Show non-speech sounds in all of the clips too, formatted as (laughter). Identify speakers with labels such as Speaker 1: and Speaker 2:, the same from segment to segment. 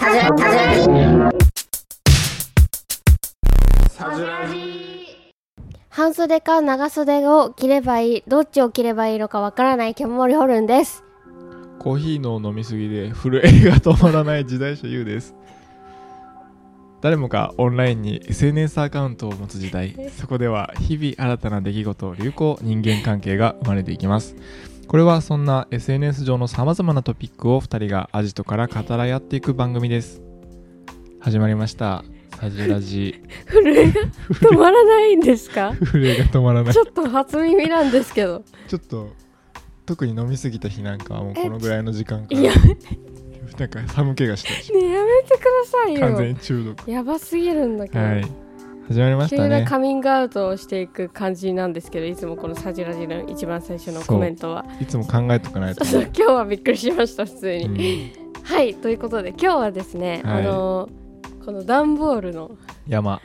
Speaker 1: サジラサジラジ
Speaker 2: 半袖か長袖を着ればいいどっちを着ればいいのかわからないケモモリホルンです
Speaker 3: コーヒーの飲みすぎで震えが止まらない時代所優です誰もがオンラインに SNS アカウントを持つ時代そこでは日々新たな出来事流行人間関係が生まれていきますこれはそんな SNS 上のさまざまなトピックを2人がアジトから語らい合っていく番組です始まりましたサジラジ
Speaker 2: 震えが止まらないんです
Speaker 3: (laughs)
Speaker 2: か
Speaker 3: 震えが止まらない
Speaker 2: ちょっと初耳なんですけど
Speaker 3: ちょっと特に飲みすぎた日なんかはもう
Speaker 2: え
Speaker 3: このぐらいの時間か
Speaker 2: いや
Speaker 3: らなんか寒気がしたりし
Speaker 2: ねやめてください
Speaker 3: 完全
Speaker 2: よ
Speaker 3: に中毒
Speaker 2: やばすぎるんだけど、
Speaker 3: はい始まりまし
Speaker 2: 急
Speaker 3: た
Speaker 2: な
Speaker 3: ね
Speaker 2: カミングアウトをしていく感じなんですけどいつもこのサジラジの一番最初のコメントはい
Speaker 3: つも考えとかないと、
Speaker 2: (laughs) そう今日はびっくりしました普通に、
Speaker 3: うん
Speaker 2: はいということで今日はですね、
Speaker 3: はい
Speaker 2: あのこの段ボールの
Speaker 3: 山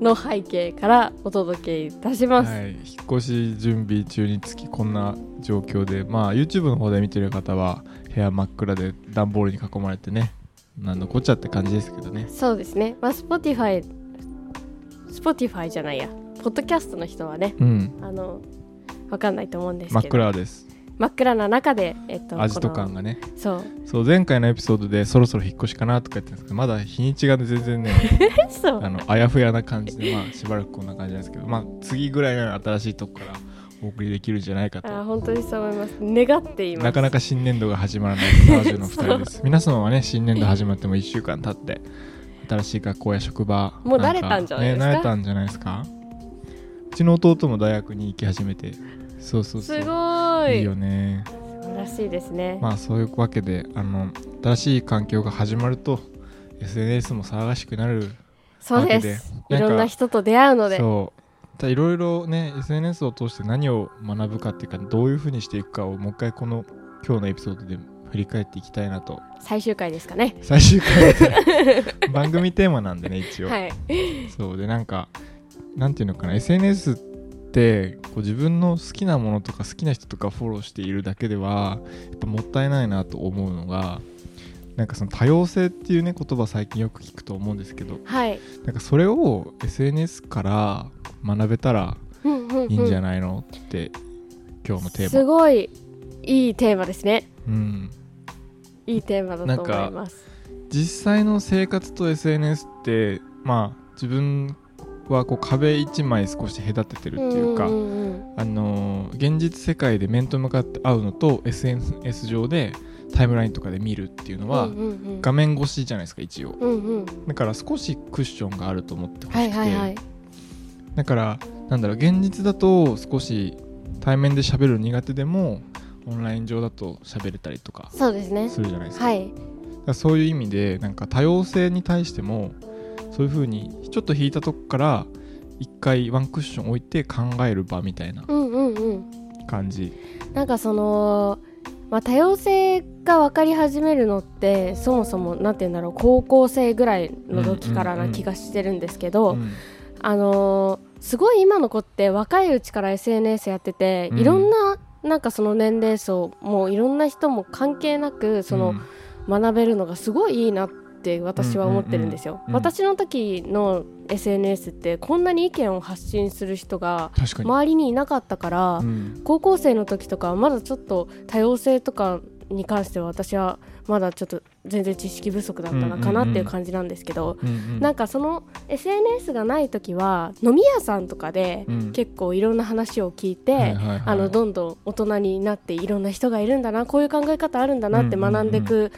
Speaker 2: の背景からお届けいたします、
Speaker 3: はい引っ越し準備中につきこんな状況でまあ YouTube の方で見てる方は部屋真っ暗で段ボールに囲まれてねなんのこっちゃって感じですけどね
Speaker 2: そうですねまあ Spotify Spotify じゃないやポッドキャストの人はね
Speaker 3: うん
Speaker 2: あのわかんないと思うんですけど
Speaker 3: 真っ暗です
Speaker 2: 真っ暗な中でえっと
Speaker 3: 味と
Speaker 2: こ
Speaker 3: 感
Speaker 2: の
Speaker 3: がね
Speaker 2: そう
Speaker 3: そう前回のエピソードでそろそろ引っ越しかなとか言ってたんですけどまだ日にちがね全然ね
Speaker 2: そう
Speaker 3: あのあやふやな感じでまあしばらくこんな感じなんですけどまあ次ぐらいなら新しいとこからお送りできるんじゃないかと
Speaker 2: あ本当にそう思います願っています
Speaker 3: なかなか新年度が始まらないサージュの2人です。皆様はね、新年度始まっても1週間経って、新しい学校や職場、
Speaker 2: もう
Speaker 3: な
Speaker 2: 慣れたんじゃないですか
Speaker 3: ね、慣れたんじゃないですか。うちの弟も大学に行き始めて、そうそうそう。
Speaker 2: すごい
Speaker 3: いよね。
Speaker 2: 素晴らしいですね、
Speaker 3: まあそういうわけで、あの、新しい環境が始まると、SNS も騒がしくなる
Speaker 2: そうで
Speaker 3: わ
Speaker 2: す
Speaker 3: けでなん
Speaker 2: い
Speaker 3: か
Speaker 2: ろんな人と出会うので
Speaker 3: そうただいろいろね SNS を通して何を学ぶかっていうかどういうふうにしていくかをもう一回この今日のエピソードで振り返っていきたいなと
Speaker 2: 最終回ですかね
Speaker 3: 最終回で (laughs) 番組テーマなんでね一応、
Speaker 2: はい
Speaker 3: そうでなんかなんていうのかな SNS ってこう自分の好きなものとか好きな人とかフォローしているだけではやっぱもったいないなと思うのがなんかその多様性っていうね言葉最近よく聞くと思うんですけど
Speaker 2: はい
Speaker 3: なんかそれを SNS から学べたら
Speaker 2: いい
Speaker 3: いいんじゃ
Speaker 2: ない
Speaker 3: ないのって今日のテー
Speaker 2: す
Speaker 3: マ、
Speaker 2: ごいいいテーマですね
Speaker 3: うん、
Speaker 2: いいテーマだと思います
Speaker 3: 実際の生活と SNS ってまあ自分はこう壁一枚少し隔ててるっていうか、
Speaker 2: んうんうん
Speaker 3: あのー現実世界で面と向かって会うのと SNS 上でタイムラインとかで見るっていうのは、
Speaker 2: うんうんうん
Speaker 3: 画面越しじゃないですか一応
Speaker 2: うんうん
Speaker 3: だから少しクッションがあると思ってほしく
Speaker 2: は
Speaker 3: て、
Speaker 2: いはいはい
Speaker 3: だからなんだろう現実だと少し対面で喋るの苦手でもオンライン上だと喋れたりとか
Speaker 2: そうですね
Speaker 3: するじゃないですか,、
Speaker 2: はい
Speaker 3: だからそういう意味でなんか多様性に対してもそういう風にちょっと引いたとこから一回ワンクッション置いて考える場みたいな
Speaker 2: うんうんうん
Speaker 3: 感じ、
Speaker 2: なんかそのまあ多様性が分かり始めるのってそもそもなんて言うんだろう高校生ぐらいの時からな気がしてるんですけ
Speaker 3: う
Speaker 2: ど、
Speaker 3: ん
Speaker 2: あのーすごい今の子って若いうちから SNS やってて、
Speaker 3: うん
Speaker 2: いろんななんかその年齢層もういろんな人も関係なくその、
Speaker 3: うん
Speaker 2: 学べるのがすごいいいなって私は思ってるんですよ、
Speaker 3: うん
Speaker 2: 私の時の SNS ってこんなに意見を発信する人が
Speaker 3: 確かに、
Speaker 2: 周りにいなかったから、
Speaker 3: うん
Speaker 2: 高校生の時とかはまだちょっと多様性とかに関しては私はまだちょっと全然知識不足だった
Speaker 3: うんうん
Speaker 2: の
Speaker 3: うん
Speaker 2: かなっていう感じなんですけど、
Speaker 3: うんうん
Speaker 2: なんかその SNS がない時は飲み屋さんとかで
Speaker 3: うん
Speaker 2: 結構いろんな話を聞いて、
Speaker 3: はいはいはい
Speaker 2: あのどんどん大人になっていろんな人がいるんだなこういう考え方あるんだなって
Speaker 3: うんうんうん
Speaker 2: 学んでく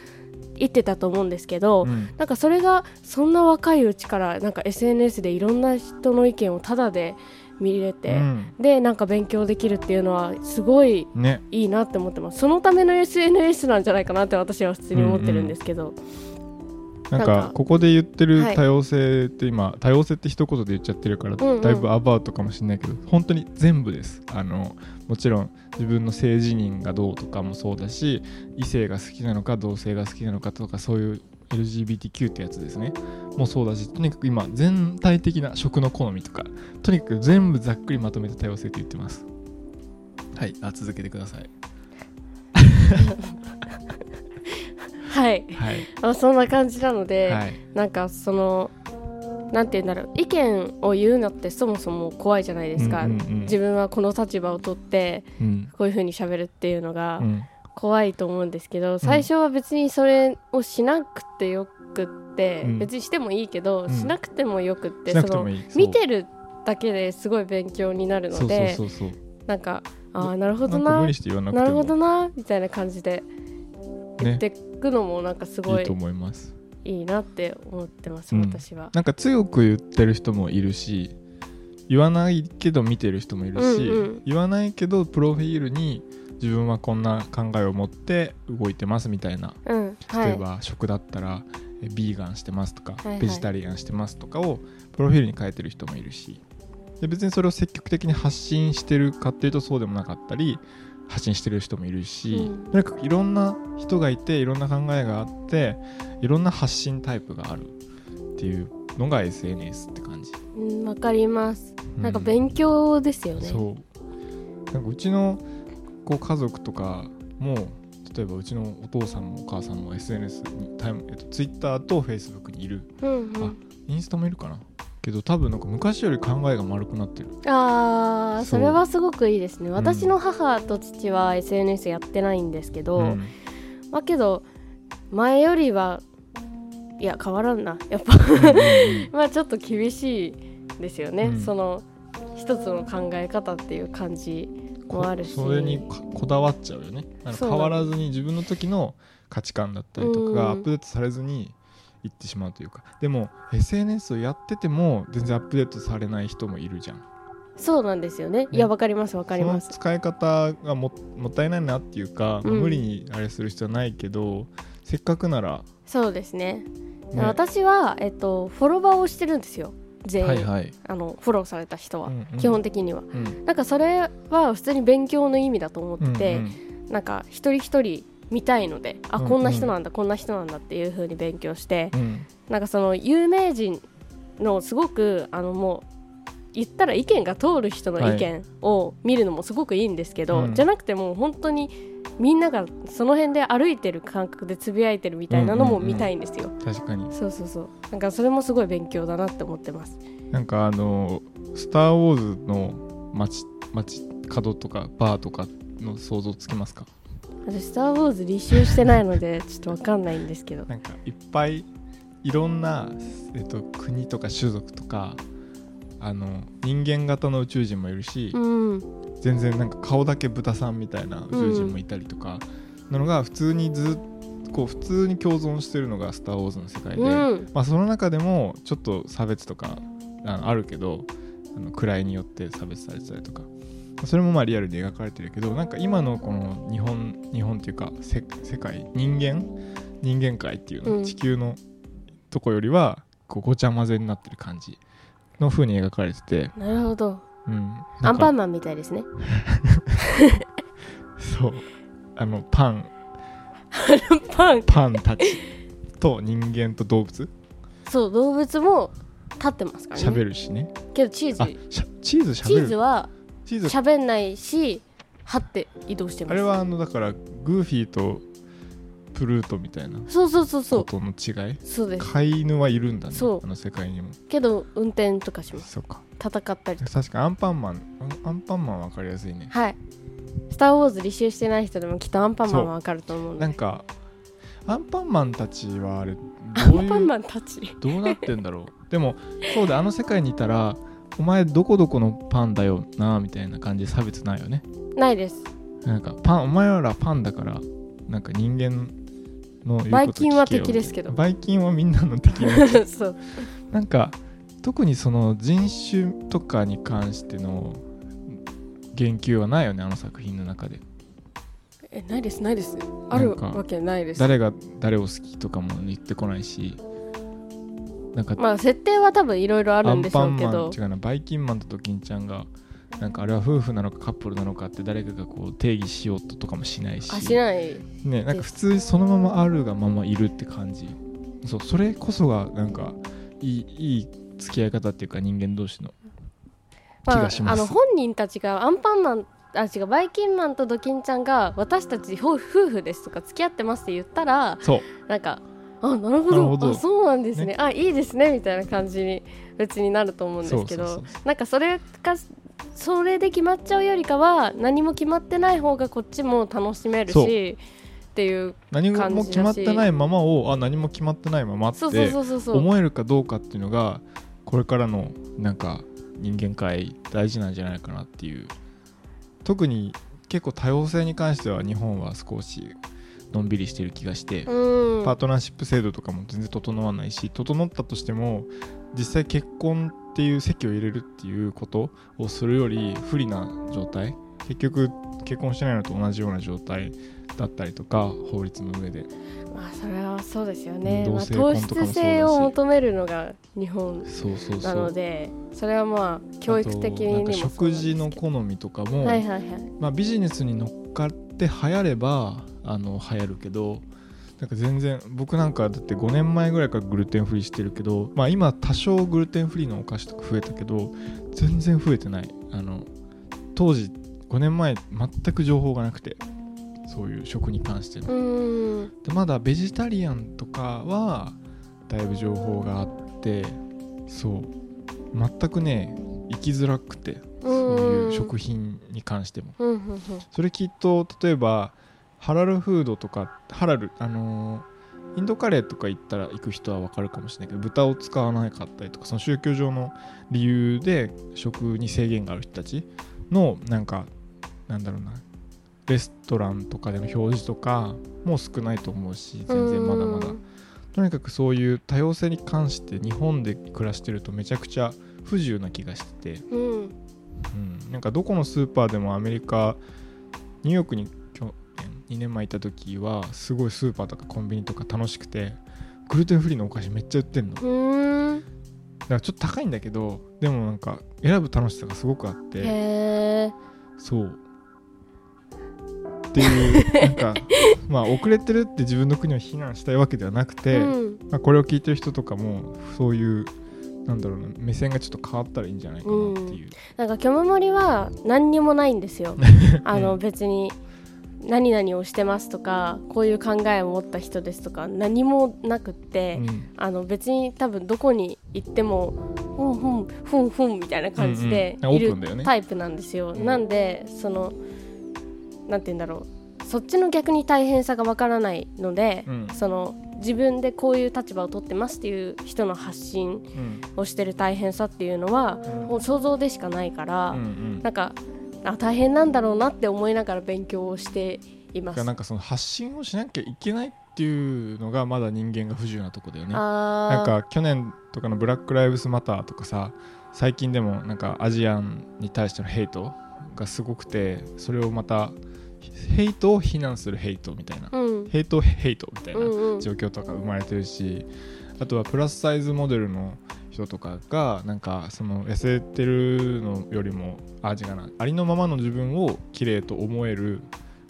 Speaker 2: いってたと思うんですけど、
Speaker 3: うん
Speaker 2: なんかそれがそんな若いうちからなんか SNS でいろんな人の意見をタダで見れて、
Speaker 3: うん
Speaker 2: でなんか勉強できるっていうのはすごい
Speaker 3: ね
Speaker 2: いいなって思ってますそのための SNS なんじゃないかなって私は普通に思ってるんですけど、
Speaker 3: なん
Speaker 2: なん
Speaker 3: か
Speaker 2: か
Speaker 3: ここで言ってる
Speaker 2: はい
Speaker 3: 多様性って今、多様性って一言で言っちゃってるから
Speaker 2: うんうん
Speaker 3: だいぶアバウトかもしれないけど、本当に全部ですあのもちろん自分の性自認がどうとかもそうだし異性が好きなのか同性が好きなのかとかそういう LGBTQ ってやつですねもうそうだしとにかく今全体的な食の好みとかとにかく全部ざっくりまとめて多様性って言ってますはいあ続けてください
Speaker 2: はい
Speaker 3: はい
Speaker 2: あそんな感じなので、
Speaker 3: はい
Speaker 2: なんかそのなんて言うんだろう意見を言うのってそもそも怖いじゃないですか、
Speaker 3: うんうんうん
Speaker 2: 自分はこの立場を取って
Speaker 3: うん
Speaker 2: こういう風に喋るっていうのが
Speaker 3: うん
Speaker 2: 怖いと思うんですけど、最初は別にそれをしなくてよくって、
Speaker 3: うん
Speaker 2: 別にしてもいいけど、
Speaker 3: うん
Speaker 2: しなくてもよくって
Speaker 3: しなくて
Speaker 2: そ
Speaker 3: も
Speaker 2: の
Speaker 3: いい
Speaker 2: 見てるだけですごい勉強になる
Speaker 3: そ
Speaker 2: の
Speaker 3: うそう
Speaker 2: で
Speaker 3: そうそう
Speaker 2: なんかああなるほど
Speaker 3: んか
Speaker 2: な
Speaker 3: 無理して言わなくて
Speaker 2: な
Speaker 3: も
Speaker 2: るほどなみたいな感じで言
Speaker 3: ね
Speaker 2: ってくのもなんかすご
Speaker 3: い
Speaker 2: い
Speaker 3: いと思います
Speaker 2: いいなって思ってます、
Speaker 3: うん
Speaker 2: 私は。
Speaker 3: なんか強く言ってる人もいるし言わないけど見てる人もいるし、
Speaker 2: うんうん
Speaker 3: 言わないけどプロフィールに自分はこんな考えを持って動いてますみたいな
Speaker 2: うん、は
Speaker 3: 例え
Speaker 2: い。
Speaker 3: ば食だったらえビーガンしてますとか、
Speaker 2: いはい
Speaker 3: ベジタリアンしてますとかをプロフィールに書いてる人もいるしで別にそれを積極的に発信してるかっていうとそうでもなかったり発信してる人もいるし、
Speaker 2: うん
Speaker 3: とにかくいろんな人がいていろんな考えがあっていろんな発信タイプがあるっていうのが SNS って感じ。
Speaker 2: うんわかります。なんか
Speaker 3: う
Speaker 2: 勉強ですよね。
Speaker 3: そうなんかうちのこう家族とかも例えばうちのお父さんもお母さんも SNS にタイム、えっと、Twitter と Facebook にいる
Speaker 2: うんうん
Speaker 3: インスタもいるかなけど多分なんか昔より考えが丸くなってる
Speaker 2: ああ、
Speaker 3: そう
Speaker 2: それはすごくいいですね。
Speaker 3: ん
Speaker 2: 私の母と父は SNS やってないんですけど、 (laughs)
Speaker 3: うん
Speaker 2: まあけど前よりはいや変わらんな。やっぱ
Speaker 3: うんうんうん
Speaker 2: まあちょっと厳しいですよね。
Speaker 3: うん
Speaker 2: その一つの考え方っていう感じもあるし、
Speaker 3: こそれにかこだわっちゃうよねなんか
Speaker 2: そう
Speaker 3: 変わらずに自分の時の価値観だったりとかが
Speaker 2: う
Speaker 3: ア
Speaker 2: ん
Speaker 3: ップデートされずにいってしまうというかでも SNS をやってても全然アップデートされない人もいるじゃん
Speaker 2: そうなんですよね。いやわかりますわかりま
Speaker 3: そ
Speaker 2: す。
Speaker 3: の使い方がももったいないなっていうか、まあ
Speaker 2: うん
Speaker 3: 無理にあれする必要はないけどせっかくなら、
Speaker 2: そうですね。
Speaker 3: ね
Speaker 2: 私は、えっと、フォロワーをしてるんですよ全員、
Speaker 3: はいはい、
Speaker 2: あのフォローされた人は、
Speaker 3: うんうん
Speaker 2: 基本的には
Speaker 3: うん
Speaker 2: なんかそれは普通に勉強の意味だと思ってて、
Speaker 3: うん
Speaker 2: なんか一人一人見たいのであ
Speaker 3: うん
Speaker 2: こんな人なんだ、こんな人なんだっていう風に勉強して
Speaker 3: うんうん
Speaker 2: なんかその有名人のすごくあのもう言ったら意見が通る人の意見を見るのもすごくいいんですけど、
Speaker 3: うん
Speaker 2: じゃなくてもう本当にみんながその辺で歩いてる感覚でつぶやいてるみたいなのも見たいんですよ。
Speaker 3: 確かに
Speaker 2: そうそうそうなんかそれもすごい勉強だなって思ってます
Speaker 3: なんかあの「スター・ウォーズ」の街街角とかバーとかの想像つきますか
Speaker 2: 私「スター・ウォーズ」履修してないのでちょっとわかんないんですけど
Speaker 3: なんかいっぱいいろんな、えっと、国とか種族とかあの人間型の宇宙人もいるし、
Speaker 2: うん
Speaker 3: 全然なんか顔だけ豚さんみたいな宇宙人もいたりとか、なのが普通にずっとこう普通に共存してるのが「スター・ウォーズ」の世界で、
Speaker 2: うん
Speaker 3: まあ、その中でもちょっと差別とかあのあるけどあの位によって差別されてたりとかそれもまあリアルに描かれてるけどなんか今のこの日本日本っていうかせ世界人間人間界っていうの、
Speaker 2: うん
Speaker 3: 地球のとこよりはこうごちゃ混ぜになってる感じの風に描かれてて、
Speaker 2: なるほど
Speaker 3: うん、
Speaker 2: アンパン
Speaker 3: ン
Speaker 2: マンみたいですね
Speaker 3: そうあのパン
Speaker 2: パン
Speaker 3: パンたちと人間と動物
Speaker 2: そう動物も立ってますからね
Speaker 3: 喋るしね
Speaker 2: けどチー
Speaker 3: あ
Speaker 2: ズ
Speaker 3: しゃチーズ喋
Speaker 2: チ
Speaker 3: る
Speaker 2: ーズは
Speaker 3: チーズ
Speaker 2: 喋んないしはって移動してます
Speaker 3: あれはあのだからグーフィーとプルートみたいな
Speaker 2: そうそうそうそ
Speaker 3: こと
Speaker 2: う
Speaker 3: の違い
Speaker 2: そうです
Speaker 3: 飼い犬はいるんだね
Speaker 2: そう
Speaker 3: あの世界にも
Speaker 2: けど運転とかします
Speaker 3: そうか
Speaker 2: 戦ったりとか
Speaker 3: 確かアンパンマンアンアンパンマンわかりやすいね
Speaker 2: はい「スター・ウォーズ」履修してない人でもきっとアンパンマンはわかると思うので
Speaker 3: なんかアンパンマンたちはあれど
Speaker 2: ア
Speaker 3: う
Speaker 2: ンパン
Speaker 3: いう
Speaker 2: マンたち
Speaker 3: どうなってんだろうでもそうであの世界にいたらお前どこどこのパンだよなみたいな感じで差別ないよね
Speaker 2: ないです
Speaker 3: なんかパンお前らパンだからなんか人間の言うこと聞けよ
Speaker 2: ばい菌は敵ですけど
Speaker 3: ばい菌はみんなの敵ね
Speaker 2: (laughs) そう
Speaker 3: (laughs) なんか特にその人種とかに関しての言及はないよねあの作品の中で
Speaker 2: えないですないです
Speaker 3: か
Speaker 2: あるわけないです
Speaker 3: 誰が誰を好きとかも言ってこないしなんか、
Speaker 2: まあ設定は多分いろいろある
Speaker 3: ア
Speaker 2: ん
Speaker 3: ン
Speaker 2: でし
Speaker 3: パ
Speaker 2: ょう
Speaker 3: ン
Speaker 2: け
Speaker 3: マン
Speaker 2: ど
Speaker 3: 違うなバイキンマンとドキンちゃんがなんかあれは夫婦なのかカップルなのかって誰かがこう定義しようととかもしないし
Speaker 2: あしない
Speaker 3: ね、なんか普通にそのままあるがままいるって感じそうそれこそがなんかいいいい付き合い方っていうか人間同士の気
Speaker 2: ま
Speaker 3: が
Speaker 2: あ
Speaker 3: します
Speaker 2: あの本人たちがアンパンマンあ違うバイキンマンとドキンちゃんが私たち夫夫婦ですとか付き合ってますって言ったら
Speaker 3: そう
Speaker 2: なんかあなるほ
Speaker 3: なる
Speaker 2: ど
Speaker 3: ほど
Speaker 2: あそうなんですねあいいですねみたいな感じに別になると思うんですけど
Speaker 3: そうそうそうそ
Speaker 2: なんかそれがそれで決まっちゃうよりかは何も決まってない方がこっちも楽しめる
Speaker 3: そう
Speaker 2: しっていう
Speaker 3: 何
Speaker 2: 感じ
Speaker 3: も
Speaker 2: だし
Speaker 3: 決まってないままをあ何も決まってないままっ
Speaker 2: そうそう
Speaker 3: て
Speaker 2: そうそうそう
Speaker 3: 思えるかどうかっていうのがこれからのなんか人間界大事なんじゃないかなっていう特に結構多様性に関しては日本は少しのんびりしてる気がして、
Speaker 2: うん
Speaker 3: パートナーシップ制度とかも全然整わないし整ったとしても実際結婚っていう席を入れるっていうことをするより不利な状態結局結婚してないのと同じような状態だったりとか法律の上で
Speaker 2: まあそれはそうですよね、
Speaker 3: 同
Speaker 2: まあ、
Speaker 3: 性
Speaker 2: 糖
Speaker 3: 婚とかもそうだし
Speaker 2: 質性を求めるのが日本
Speaker 3: そうそう
Speaker 2: な
Speaker 3: そ
Speaker 2: の
Speaker 3: う
Speaker 2: でそれはまあ教育的
Speaker 3: あとな
Speaker 2: に
Speaker 3: ん
Speaker 2: も
Speaker 3: か
Speaker 2: そう
Speaker 3: 食
Speaker 2: なんですけ
Speaker 3: 事
Speaker 2: ど
Speaker 3: の好みとかも、
Speaker 2: はいはいはい
Speaker 3: まあ、ビジネスに乗っかって流行ればあの流行るけどなんか全然僕なんかだって5年前ぐらいからグルテンフリーしてるけど、まあ、今多少グルテンフリーのお菓子とか増えたけど全然増えてないあの当時5年前全く情報がなくてそういう食に関しての
Speaker 2: うーん
Speaker 3: でまだベジタリアンとかはだいぶ情報があってそう全くね生きづらくてそういう食品に関しても
Speaker 2: うんうんうん
Speaker 3: それきっと例えばハラルフードとかハラルあのーインドカレーとか行ったら行く人は分かるかもしれないけど豚を使わなかったりとかその宗教上の理由で食に制限がある人たちのなんかなんだろうなレストランとかでの表示とかも少ないと思うし全然まだまだ
Speaker 2: うーん
Speaker 3: とにかくそういう多様性に関して日本で暮らしてるとめちゃくちゃ不自由な気がしてて
Speaker 2: うん
Speaker 3: うん、なんかどこのスーパーでもアメリカニューヨークに去年2年前行った時はすごいスーパーとかコンビニとか楽しくてグルテンフリーのお菓子めっちゃ売ってんのだ
Speaker 2: うーん
Speaker 3: からちょっと高いんだけどでもなんか選ぶ楽しさがすごくあって
Speaker 2: へえ
Speaker 3: そうっていうなんかまあ遅れてるって自分の国を非難したいわけではなくて、
Speaker 2: うん
Speaker 3: まあ、これを聞いてる人とかもそういうなんだろうな目線がちょっと変わったらいいんじゃないかなっていう、
Speaker 2: なんかキョムモリは何にもないんで
Speaker 3: (laughs)
Speaker 2: すよあの別に何々をしてますとかこういう考えを持った人ですとか何もなくって、
Speaker 3: うん
Speaker 2: あの別に多分どこに行ってもふんふんふんふんみたいな感じで
Speaker 3: うんうん
Speaker 2: い
Speaker 3: オープンだよね
Speaker 2: るタイプなんですよ。
Speaker 3: うん
Speaker 2: なんでそのなんて言うんだろうそっちの逆に大変さがわからないので、
Speaker 3: うん
Speaker 2: その自分でこういう立場を取ってますっていう人の発信
Speaker 3: うん
Speaker 2: をしてる大変さっていうのは、
Speaker 3: うん
Speaker 2: もう想像でしかないから、
Speaker 3: うんうん
Speaker 2: なんかあ大変なんだろうなって思いながら勉強をしてい
Speaker 3: だ
Speaker 2: ます。
Speaker 3: からなんかその発信をしなきゃいけないっていうのがまだ人間が不自由なとこだよね。
Speaker 2: あー
Speaker 3: なんか去年とかのブラック・ライブスマターとかさ最近でもなんかアジアンに対してのヘイトがすごくてそれをまたヘイトを非難するヘイトみたいな、
Speaker 2: うん
Speaker 3: ヘイトヘイトみたいな
Speaker 2: うんうん
Speaker 3: 状況とか生まれてるし、あとはプラスサイズモデルの人とかがなんかその痩せてるのよりもあ違うなありのままの自分を綺麗と思える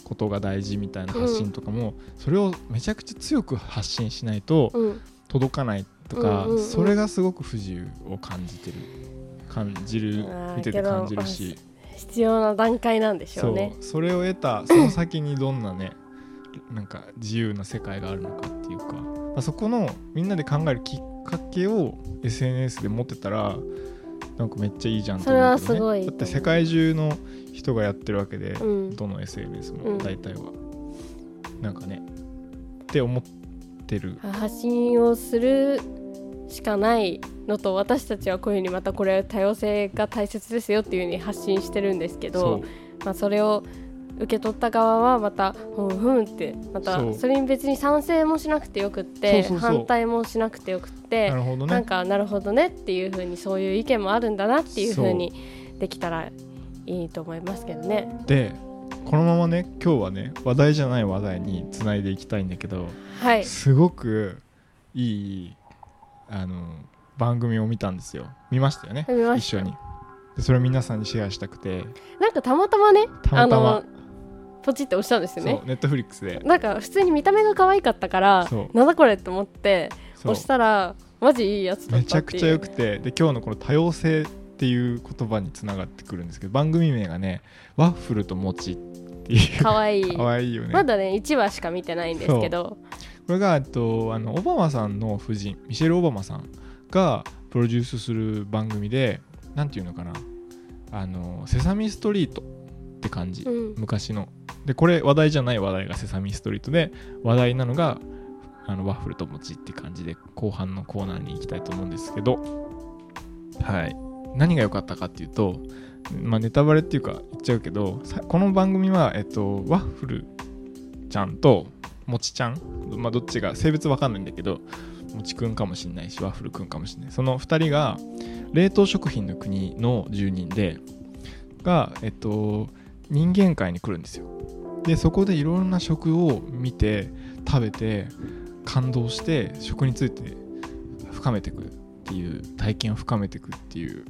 Speaker 3: ことが大事みたいな発信とかも、それをめちゃくちゃ強く発信しないと
Speaker 2: うん
Speaker 3: 届かないとか、
Speaker 2: うんうんうん
Speaker 3: それがすごく不自由を感じてる感じる
Speaker 2: あー
Speaker 3: 見てて感じる
Speaker 2: け
Speaker 3: し。
Speaker 2: 必要な段階なんでし
Speaker 3: そ
Speaker 2: ょう
Speaker 3: う
Speaker 2: ね。
Speaker 3: それを得
Speaker 2: (laughs)
Speaker 3: たその先にどんなねなんか自由な世界があるのかっていうか、まあ、そこのみんなで考えるきっかけを SNS で持ってたらなんかめっちゃいいじゃんと思うけど
Speaker 2: それはすごい
Speaker 3: ね、だって世界中の人がやってるわけで、
Speaker 2: うん
Speaker 3: どの SNS
Speaker 2: う
Speaker 3: も
Speaker 2: ん
Speaker 3: 大体は、なんかねって思ってる
Speaker 2: 発信をするしかないのと私たちはこういうふうにまたこれは多様性が大切ですよっていうふうに発信してるんですけど
Speaker 3: う
Speaker 2: そ,、まあ、それを受け取った側はまたふんふんって
Speaker 3: そ
Speaker 2: また
Speaker 3: う
Speaker 2: それに別に賛成もしなくてよくって
Speaker 3: そうそうそう
Speaker 2: 反対もしなくてよくって
Speaker 3: なるほど
Speaker 2: なん
Speaker 3: ね
Speaker 2: かなるほどねっていうふうにそういう意見もあるんだなっていうふうにできたらいいと思いますけどね。
Speaker 3: でこのままね今日はね話題じゃない話題につないでいきたいんだけど
Speaker 2: はい、
Speaker 3: すごくいいあの番組を見たんですよ見ましたよね
Speaker 2: 見ま
Speaker 3: 一
Speaker 2: した
Speaker 3: 緒にでそれを皆さんにシェアしたくて
Speaker 2: なんかたまたまね
Speaker 3: たまたま
Speaker 2: あのポチって押したんです
Speaker 3: そう
Speaker 2: よね。
Speaker 3: ネットフリックスで
Speaker 2: なんか普通に見た目が可愛かったから
Speaker 3: そう
Speaker 2: なんだこれって思って
Speaker 3: そう
Speaker 2: 押したらマジいいやつだ
Speaker 3: め
Speaker 2: っ
Speaker 3: ち
Speaker 2: た
Speaker 3: ゃ
Speaker 2: って
Speaker 3: く
Speaker 2: いう
Speaker 3: ちゃ良くてで今日のこの多様性っっていう言葉につながってくるんですけど番組名がね「ワッフルと餅」っていう
Speaker 2: かわいい
Speaker 3: かわいいよね、
Speaker 2: まだね1話しか見てないんですけど
Speaker 3: これがえっとあのオバマさんの夫人ミシェル・オバマさんがプロデュースする番組でなんていうのかなあの「セサミストリート」って感じ、
Speaker 2: うん
Speaker 3: 昔のでこれ話題じゃない話題が「セサミストリートで」話題なのがあのワッフルと餅って感じで後半のコーナーに行きたいと思うんですけどはい何が良かったかっていうとまあネタバレっていうか言っちゃうけどさこの番組は、えっと、ワッフルちゃんともちちゃん、まあ、どっちが性別わかんないんだけどもちくんかもしんないしワッフルくんかもしんないその2人が冷凍食品の国の住人でが、えっと、人間界に来るんですよでそこでいろんな食を見て食べて感動して食について深めていくっていう体験を深めていくっていう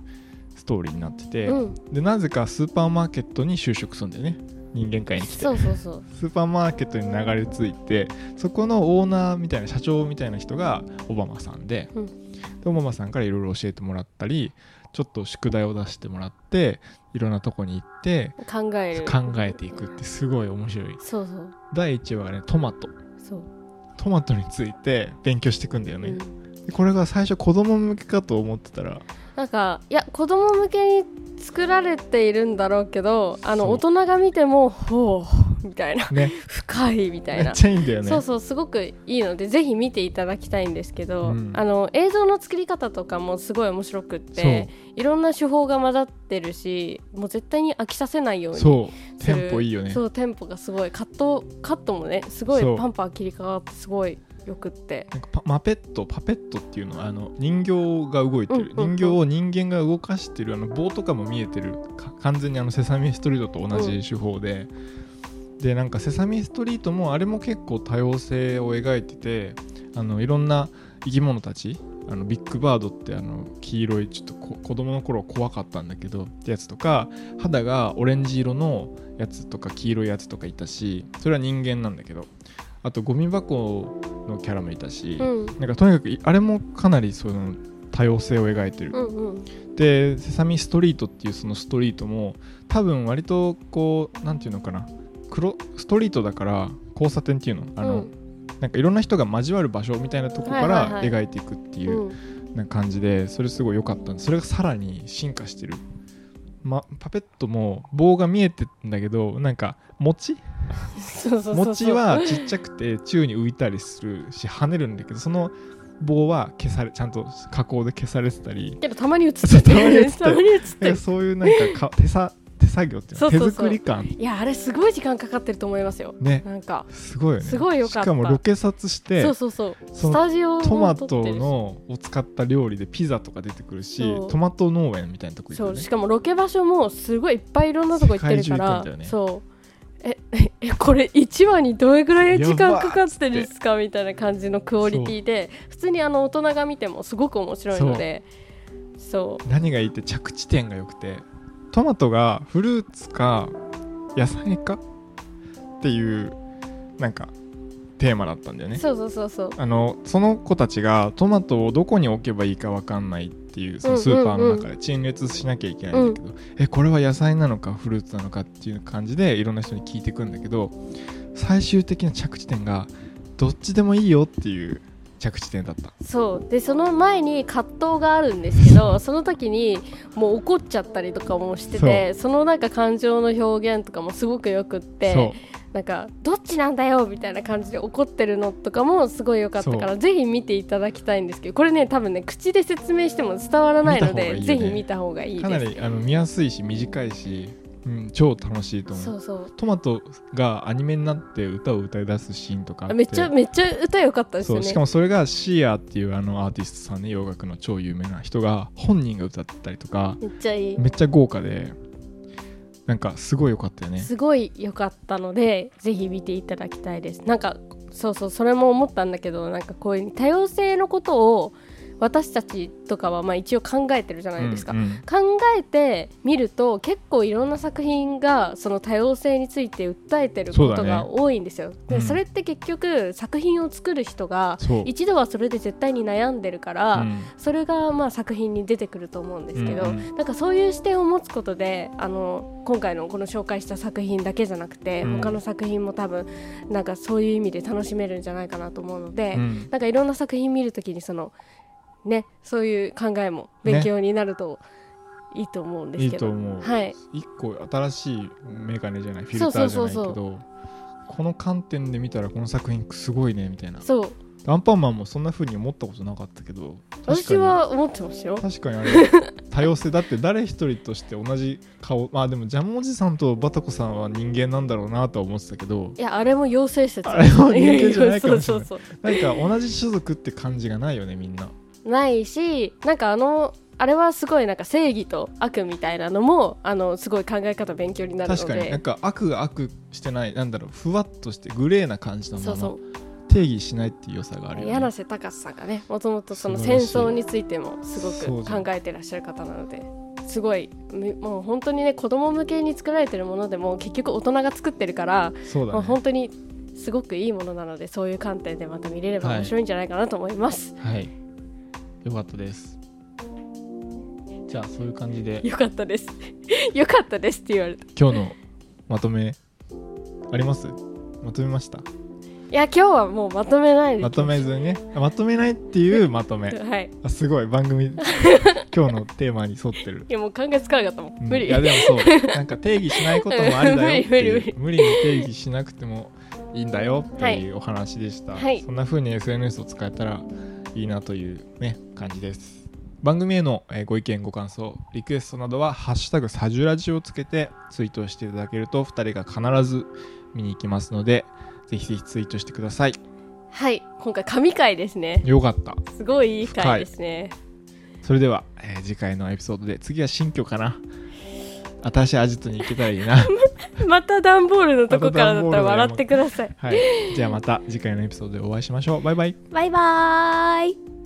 Speaker 3: ストーリーになってて、
Speaker 2: うん
Speaker 3: でなぜかスーパーマーケットに就職するんだよね人間界に来て
Speaker 2: そうそうそう
Speaker 3: スーパーマーケットに流れ着いてそこのオーナーみたいな社長みたいな人がオバマさんで,、
Speaker 2: うん
Speaker 3: でオバマさんからいろいろ教えてもらったりちょっと宿題を出してもらっていろんなとこに行って
Speaker 2: 考える
Speaker 3: 考えていくってすごい面白い
Speaker 2: そうそう
Speaker 3: 第1話がねトマト
Speaker 2: そう
Speaker 3: トマトについて勉強していくんだよ
Speaker 2: う
Speaker 3: ね
Speaker 2: ん、
Speaker 3: でこれが最初子供向けかと思ってたら
Speaker 2: なんかいや子供向けに作られているんだろうけどあの
Speaker 3: そう
Speaker 2: 大人が見てもほうみたいな (laughs)
Speaker 3: ね
Speaker 2: 深いみた
Speaker 3: め
Speaker 2: いな
Speaker 3: っちゃいいんだよね
Speaker 2: そうそうすごくいいのでぜひ見ていただきたいんですけど、
Speaker 3: うん
Speaker 2: あの映像の作り方とかもすごい面白くっていろんな手法が混ざってるしもう絶対に飽きさせないように
Speaker 3: そう
Speaker 2: す
Speaker 3: テ
Speaker 2: る
Speaker 3: ンポいいよね
Speaker 2: そうテンポがすごいカットカットもねすごい
Speaker 3: そう
Speaker 2: パンパン切り替わってすごいよくって
Speaker 3: なんかパマペットパペットっていうのはあの人形が動いてる、
Speaker 2: うんうんうん
Speaker 3: 人形を人間が動かしてるあの棒とかも見えてるか完全にあのセサミストリートと同じ手法で、でなんかセサミストリートもあれも結構多様性を描いててあのいろんな生き物たちあのビッグバードってあの黄色いちょっとこ子供の頃怖かったんだけどってやつとか肌がオレンジ色のやつとか黄色いやつとかいたしそれは人間なんだけどあとゴミ箱のキャラもいたし、
Speaker 2: うん
Speaker 3: なんかとにかくいあれもかなりその多様性を描いてる、
Speaker 2: うんうん
Speaker 3: で「セサミストリート」っていうそのストリートも多分割とこうなんていうのかな黒ストリートだから交差点っていうのあの、
Speaker 2: うん
Speaker 3: なんかいろんな人が交わる場所みたいなとこか
Speaker 2: はい
Speaker 3: ら
Speaker 2: はいは
Speaker 3: 描いていくっていううんなんか感じでそれすごい良かったんでそれがさらに進化してる、ま、パペットも棒が見えてんだけどなんか餅
Speaker 2: そうそうそうそう
Speaker 3: 餅はちっちゃくて宙に浮いたりするし跳ねるんだけどその棒は消されちゃんと加工で消されてたり
Speaker 2: けどたまに映って
Speaker 3: たまに映って
Speaker 2: る
Speaker 3: る
Speaker 2: たまに映って
Speaker 3: なん
Speaker 2: る
Speaker 3: かそういうなんかか (laughs) 手さ手作業っていうの
Speaker 2: そうそうそう
Speaker 3: 手作り感
Speaker 2: いやあれすごい時間かかってると思いますよ
Speaker 3: ね
Speaker 2: なんか
Speaker 3: すごいよね
Speaker 2: すごいよかった
Speaker 3: しかもロケ撮して
Speaker 2: そうそうそう
Speaker 3: そ
Speaker 2: ス
Speaker 3: の
Speaker 2: タジオも
Speaker 3: トマ
Speaker 2: 撮
Speaker 3: ト
Speaker 2: ってるし
Speaker 3: のを使った料理でピザとか出てくるし
Speaker 2: そう
Speaker 3: トマト農園みたいなとこ行
Speaker 2: そ
Speaker 3: く
Speaker 2: うし
Speaker 3: ね
Speaker 2: かもロケ場所もすごいいっぱいいろんなとこ行ってるか
Speaker 3: 世界中行くん
Speaker 2: ら
Speaker 3: だよね
Speaker 2: そうええこれ1話にどれぐらい時間かかってるんですかみたいな感じのクオリティで普通にあの大人が見てもすごく面白いのでそう
Speaker 3: 何がいいって着地点が良くてトマトがフルーツか野菜かっていうなんかテーマだったんだよね
Speaker 2: そうそうそうそう
Speaker 3: あのその子たちがトマトをどこに置けばいいか分かんないっていうその
Speaker 2: うん
Speaker 3: スーパーの中で陳列しなきゃいけないんだけど、えこれは野菜なのかフルーツなのかっていう感じでいろんな人に聞いていくんだけど最終的な着地点がどっちでもいいよっていう着地点だった
Speaker 2: そうでその前に葛藤があるんですけどその時にもう怒っちゃったりとかもしててそのなんか感情の表現とかもすごくよくって
Speaker 3: そう
Speaker 2: なんかどっちなんだよみたいな感じで怒ってるのとかもすごい良かったからぜひ見ていただきたいんですけどこれね多分ね口で説明しても伝わらないので
Speaker 3: 見た方がいいよね
Speaker 2: ぜひ見た方がいい
Speaker 3: かな
Speaker 2: です
Speaker 3: りあの見やすいし短いし、うん、超楽しいと思
Speaker 2: そううそう
Speaker 3: トマトがアニメになって歌を歌い出すシーンとかあっ
Speaker 2: あ
Speaker 3: て
Speaker 2: めっちゃめっちゃ歌良かったです
Speaker 3: そ
Speaker 2: よ
Speaker 3: う
Speaker 2: ね
Speaker 3: しかもそれがシーアーっていうあのアーティストさんね洋楽の超有名な人が本人が歌ってたりとか
Speaker 2: めっちゃいい
Speaker 3: めっちゃ豪華でなんかすごい良かったよね
Speaker 2: すごい良かったのでぜひ見ていただきたいですなんかそうそうそれも思ったんだけどなんかこういう多様性のことを私たちとかはまあ一応考えてるじゃないですか、
Speaker 3: うんうん
Speaker 2: 考えてみると結構いろんな作品がその多様性について訴えてること
Speaker 3: そうだ
Speaker 2: が
Speaker 3: ね
Speaker 2: 多いんですよ。で、
Speaker 3: うん
Speaker 2: それって結局作品を作る人が
Speaker 3: そう
Speaker 2: 一度はそれで絶対に悩んでるから、
Speaker 3: うん
Speaker 2: それがまあ作品に出てくると思うんですけど、
Speaker 3: うんうん
Speaker 2: なんかそういう視点を持つことであの今回のこの紹介した作品だけじゃなくて、
Speaker 3: うん
Speaker 2: 他の作品も多分なんかそういう意味で楽しめるんじゃないかなと思うので、
Speaker 3: うん
Speaker 2: なんかいろんな作品見るときにそのねそういう考えも勉強になるといいと思うんで
Speaker 3: い
Speaker 2: す
Speaker 3: い
Speaker 2: けど、
Speaker 3: と思う、
Speaker 2: はい
Speaker 3: 一個新しいメガネじゃないフィルタ
Speaker 2: そうそ
Speaker 3: ー
Speaker 2: う
Speaker 3: じゃな
Speaker 2: そ
Speaker 3: いうけ
Speaker 2: そう
Speaker 3: どこの観点で見たらこの作品すごいねみたいな
Speaker 2: そう
Speaker 3: アンパンマンもそんな風に思ったことなかったけど確か
Speaker 2: 私
Speaker 3: に
Speaker 2: は思ってますよ。
Speaker 3: 確かにあ
Speaker 2: (laughs)
Speaker 3: れ多様性だって誰一人として同じ顔まあでもジャムおじさんとバタコさんは人間なんだろうなとは思ってたけど
Speaker 2: いやあれも妖精説
Speaker 3: あれも人間じゃないかもしれない
Speaker 2: (laughs) そうそうそう
Speaker 3: なんか同じ種族って感じがないよねみんな
Speaker 2: ないしなんかあのあれはすごいなんか正義と悪みたいなのもあのすごい考え方勉強になるの
Speaker 3: 確かになん
Speaker 2: で
Speaker 3: か悪が悪してないなんだろうふわっとしてグレーな感じのま
Speaker 2: そう
Speaker 3: ま
Speaker 2: そ
Speaker 3: 定義しないっていう良さがあ
Speaker 2: う
Speaker 3: るよね
Speaker 2: 柳瀬隆さんがねもともとその
Speaker 3: 素晴ら
Speaker 2: 戦
Speaker 3: しい
Speaker 2: 争についてもすご
Speaker 3: そう
Speaker 2: く
Speaker 3: そう
Speaker 2: 考えてらっしゃる方なのですごいみもう本当にね子供向けに作られてるものでも結局大人が作ってるから、
Speaker 3: そうだ
Speaker 2: もう
Speaker 3: ね
Speaker 2: 本当にすごくいいものなのでそういう観点でまた見れれば面白いんじゃないかなと思います。 (laughs)
Speaker 1: はい。よかったです。じゃあそういう感じで
Speaker 2: よかったです。 (laughs) よかったですって言われた。
Speaker 3: 今日のまとめありますまとめました
Speaker 2: いや今日はもうまとめないで
Speaker 3: まとめずにねまとめないっていうまとめ
Speaker 2: (laughs) はい。
Speaker 3: あすごい番
Speaker 2: (laughs)
Speaker 3: 組今日のテーマに沿ってる、
Speaker 2: いやもう考えつかなかったもん。
Speaker 3: うん
Speaker 2: 無理。
Speaker 3: いやでもそう
Speaker 2: (laughs)
Speaker 3: なんか定義しないこともありだよっていう
Speaker 2: うん無理無理
Speaker 3: 無理に定義しなくてもいいんだよって
Speaker 2: はい
Speaker 3: いうお話でした、
Speaker 2: はい
Speaker 3: そんな風に SNS を使えたらいいなというね感じです番組へのえーご意見ご感想リクエストなどは「ハッシュタグサジュラジ」をつけてツイートしていただけると2人が必ず見に行きますのでぜひぜひツイートしてください
Speaker 2: はい、今回神回ですね。
Speaker 3: よかった
Speaker 2: すごいいい
Speaker 3: 深い
Speaker 2: 回ですね。
Speaker 3: それでは、えー次回のエピソードで次は新居かな新しいアジトに行けたらいいな
Speaker 2: また段ボールのとこからだ
Speaker 3: また段ボ
Speaker 2: ったら
Speaker 3: ールの山
Speaker 2: 笑ってください。
Speaker 3: はいじゃあまた次回のエピソードでお会いしましょうバイバイ
Speaker 2: バイバーイ。